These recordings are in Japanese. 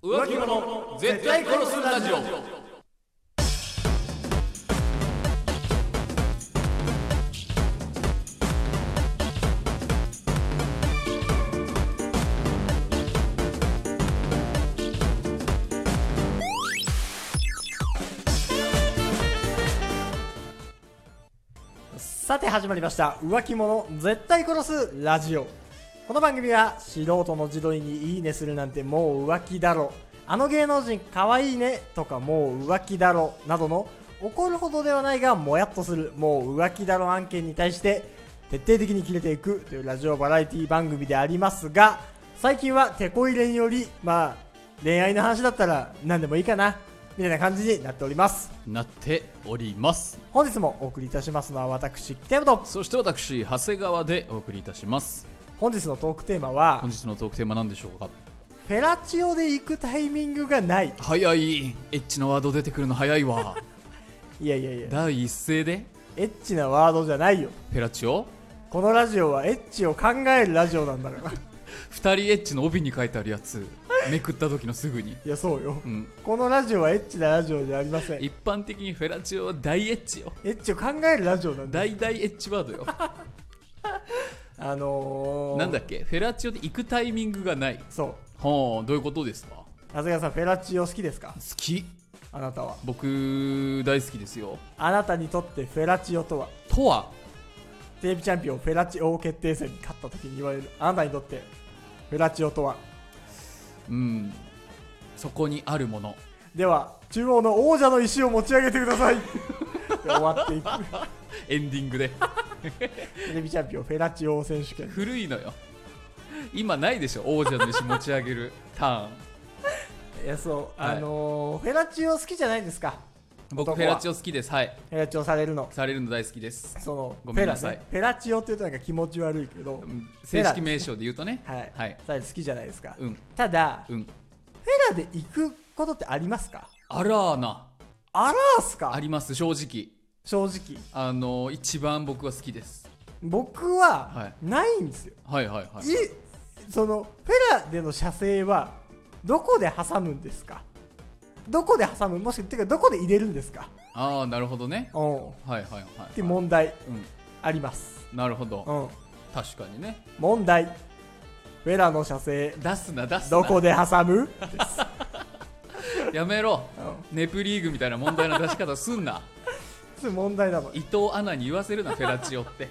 浮気者絶対殺すラジオさて始まりました浮気者絶対殺すラジオこの番組は素人の自撮りにいいねするなんてもう浮気だろあの芸能人かわいいねとかもう浮気だろなどの怒るほどではないがもやっとするもう浮気だろ案件に対して徹底的に切れていくというラジオバラエティ番組でありますが最近はテこ入れによりまあ恋愛の話だったら何でもいいかなみたいな感じになっておりますなっております本日もお送りいたしますのは私北山とそして私長谷川でお送りいたします本日のトークテーマは本日のトークテーマ何でしょうかフェラチオで行くタイミングがない早いエッチなワード出てくるの早い わいやいやいや第一声でエッチなワードじゃないよペラチオこのラジオはエッチを考えるラジオなんだから 二人エッチの帯に書いてあるやつめくった時のすぐにいやそうようんこのラジオはエッチなラジオじゃありませんエ一般的にフェラチオは大エッチよッチを考えるラジオなんだ大大エッチワードよあのー、なんだっけフェラチオで行くタイミングがないそうはあどういうことですか好長谷川さんフェラチオ好きですかきあなたは僕大好きですよあなたにとってフェラチオとはとはテレビチャンピオンフェラチオ決定戦に勝った時に言われるあなたにとってフェラチオとはうんそこにあるものでは中央の王者の石を持ち上げてくださ いで終わっていくエンディング でテレビチャンピオンフェラチオ選手権古いのよ今ないでしょ王者の石持ち上げるターンいやそう、はいあのーフェラチオ好きじゃないですか僕男はフェラチオ好きですはいフェラチオされるのされるの大好きですそのごめんなさいフェラ,、フェラチオって言うとなんか気持ち悪いけど、うんフェ正ラ式名称で言うとねはい、はいされ好きじゃないですか、うんただ、うんフェラで行くことってありますかあらーなあらーすあかります正直正直あのー一番僕は好きです僕ははないんですよ、はいはいはいい、そのフェラでの射精はどこで挟むんですかどこで挟むもしくはどこで入れるんですかああなるほどねうんっはいはいはいて問題うあります、んなるほどうん、確かにね問題フェラの射精出すな出すなどこで挟むです、やめろうネプリーグみたいな問題の出し方すんなん、そういう問題なの 伊藤アナに言わせるなフェラチオって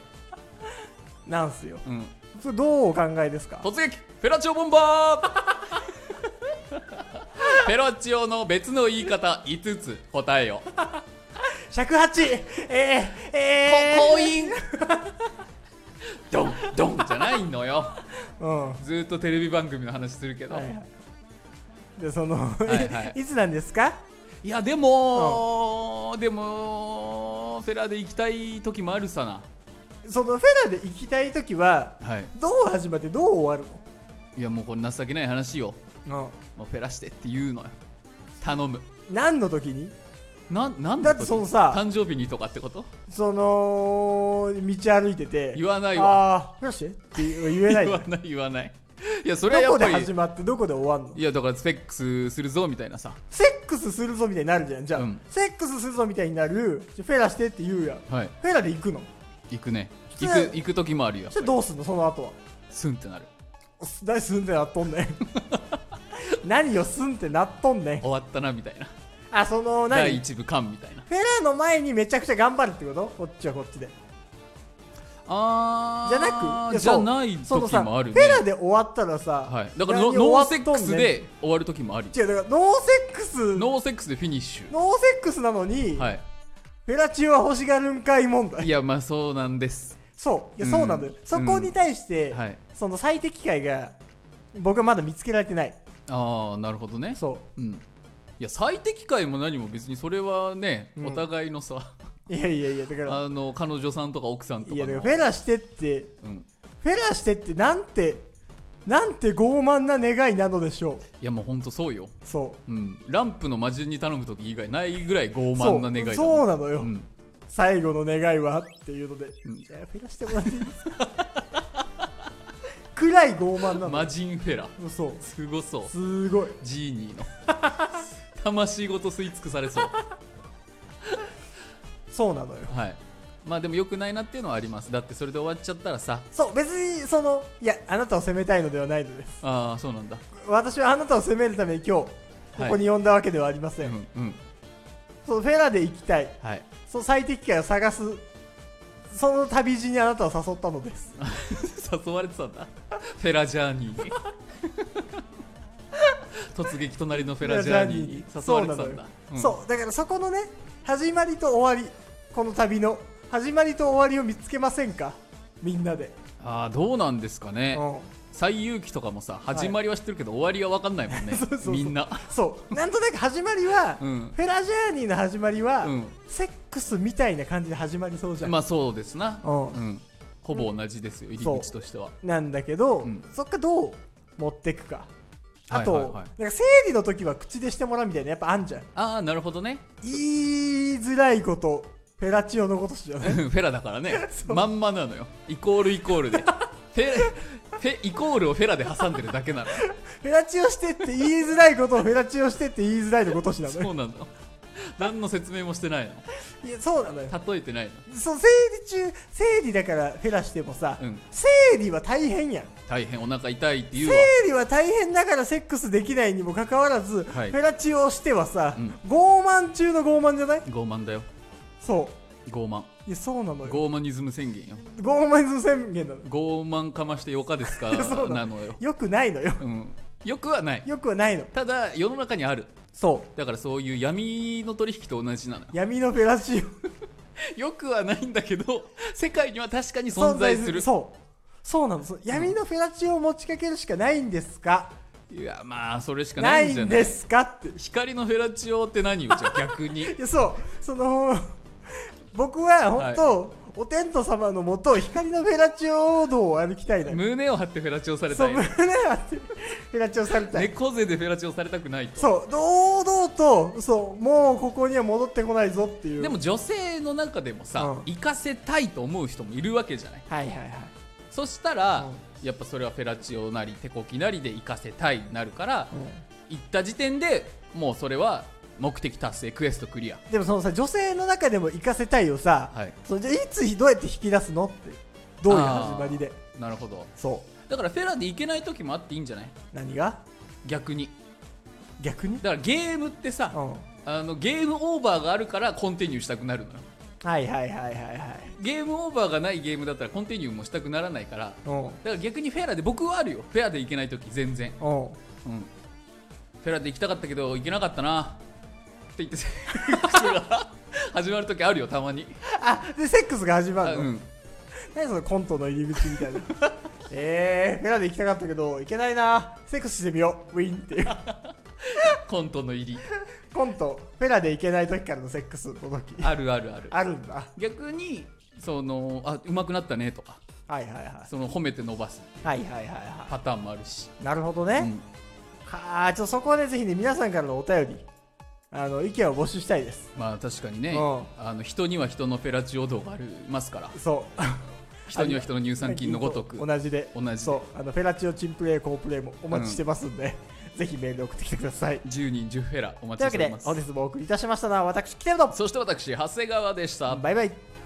なんすようんそれどうお考えですか突撃フェラチオボンバー フェラチオの別の言い方5つ答えよ尺八えー、えコイン ドンドンじゃないのよー、うんはずーっとテレビ番組の話するけいど、、はいいでその、いはい いつなんですかやでも、でもフェラで行きたい時もあるさそのフェラで行きたい時はなはいどう始まってどう終わいやもうこれ情けない話よるの、もうフェラしてって言うのよ頼むうん、何の時になんなんだだってそのさ誕生日にとかってことその道歩いてて言わないわああーフェラしてって言えな言いどわない言わないいやそれはやこっでぱり始まってどこで終わるのいやだからスペックスするぞみたいなさセックスするぞみたいになるじゃんじゃあ、うんセックスするぞみたいになるじゃあフェラしてって言うやんフはいェラで行くの行くねそ行れく行く時もあるよそしてどうすんのその後はスンってなるす何すんってなっとんねん 何をすんってなっとんねん終わったなみたいなあその第何一部感みたいなフェラの前にめちゃくちゃ頑張るってことこっちはこっちであーじゃなくいやじゃそうないその時さ、もあるフねェラで終わったらさ、はいだからノ何終ノーわっとセんねんックスで終わる時もあり違うだからノーセックスノノーセックスでフィニッシューセックスなのに、はいフェラチオは欲しがるんかい問題いやまあそうなんですそういやうんそうなんだよ、そこに対して、はいその最適解が僕はまだ見つけられてないああなるほどねそうんいや最適解も何も別にそれはね、うんお互いのさういやいやいやだからあの彼女さんとか奥さんといかやのだからフェラしてってうん、フェラしてってなんてなんて傲慢な願いなのでしょいやもうほんとそうよ、うそうん、ランプの魔人に頼む時以外ないぐらい傲う慢な願いだそうそううなのよ、ん、最後の願いはっていうので、うんじゃあフェラしてもらっていいですか くらい傲慢なのマジンフェラそうすごそうすごいジーニー の魂ごと吸い尽くされそうそうなのよはいまあでも良くないなっていうのはありますだってそれで終わっちゃったらさそう別にそのいやあなたを責めたいのではないのですああそうなんだ私はあなたを責めるために今日ここに呼んだわけではありませ、うんんうんそうフェラで行きたいはいその最適解を探すその旅路にあなたを誘ったのです誘われてたんだフェラジャー ニーに突撃隣のフェラジャーニーに誘われてたんだそう,、そうだからそこのね始まりと終わりこの旅の始まりと終わりを見つけませんかみんなで、うんああどうなんですかうねん、最遊記とかもさ始まりは知ってるけど、終わりは分かんないもんね そうそうそうみんなそうなんとなく始まりは、うんフェラジャーニーの始まりは、うんセックスみたいな感じで始まりそうじゃん、まあそうですなうんうん、ほぼ同じですよ入り口としてはなんだけど、うんそっからどう持ってくかあと、はいはいはいなんか生理の時は口でしてもらうみたいなやっぱあんじゃんああなるほどね言いづらいことフェラチオのことし じゃなフいェラだからね そうまんまなのよイコールイコー ルでフェフェイコールをフェラで挟んでるだけなのフェラチオしてって言いづらいことをフェラチオしてって言いづらいのことしなのそようなの何の説明もしてないいやそうなのよの例えてないのそう生理中生理だからフェラしてもさ、うん生理は大変やん大変お腹痛いっていうわ生理は大変だからセックスできないにもかかわらず、はいフェラチオをしてはさ、うん傲慢中の傲慢じゃない傲慢だよそう傲慢いやそうなのよ傲慢ニズム宣言よ傲慢ズ宣言なの傲慢かましてよかですか そうななのよ、よくないのようん、よくはないよくはないのただ世の中にあるそだからそういう闇の取引と同じなのよ う闇のフェラチオよくはないんだけど世界には確かに存在するそうそうなのそう闇のフェラチオを持ちかけるしかないんですか、いやまあそれしかなないんいじゃんないですかってい光のフェラチオって何よじゃあ逆 にやそうその僕は本当、お天道様のもと光のフェラチオ道を歩きたいな胸を張ってフェラチオされたそうい胸張ってフェラチオされたい猫背でフェラチオされたくないとそう堂々とそうもうここには戻ってこないぞっていうでも女性の中でもさ、うん行かせたいと思う人もいるわけじゃないはいはいはいそしたら、うんやっぱそれはフェラチオなり手こきなりで行かせたいになるから、う行った時点でもうそれは目的達成クエストクリアんでもそのさ女性の中でも行かせたいをさ、はいそれじゃあいつどうやって引き出すのってどういう始まりでなるほどそうだからフェラで行けない時もあっていいんじゃない何が逆に逆にだからゲームってさ、うんはいあのゲームオーバーがあるからコンティニューしたくなるのよはいはいはいはいゲームオーバーがないゲームだったらコンティニューもしたくならないからだかうんら逆にフェアで僕はあるよフェアで行けない時全然、うんうん、フェアで行きたかったけど行けなかったなって言 ってセックスが始まる時あるよたまにあでセックスが始まあるの、うん何そのコントの入り口みたい なえー、フェラで行きたかったけど行けないなセックスしてみようウィンっていうコントの入りコントフェラで行けない時からのセックスの時あるあるあるあるんだ逆にそのあうまくなったねとかはいはいはいその褒めて伸ばすはいはいはいはパターンもあるし、いなるほどうね、ん、はあちょっとそこはねぜひね皆さんからのお便りあの意見を募集したいですまあ確かにねうあの人には人のフェラチオ道がありますからそう人には人の乳酸菌のごとく 同じで同じでそうあのフェラチオチンプレイコープレイもお待ちしてますんで、ぜひメール送ってきてください10人10フェラおという待わちしておけでります本日もお送りいたしましたのは私キテルドそして私長谷川でしたバイバイ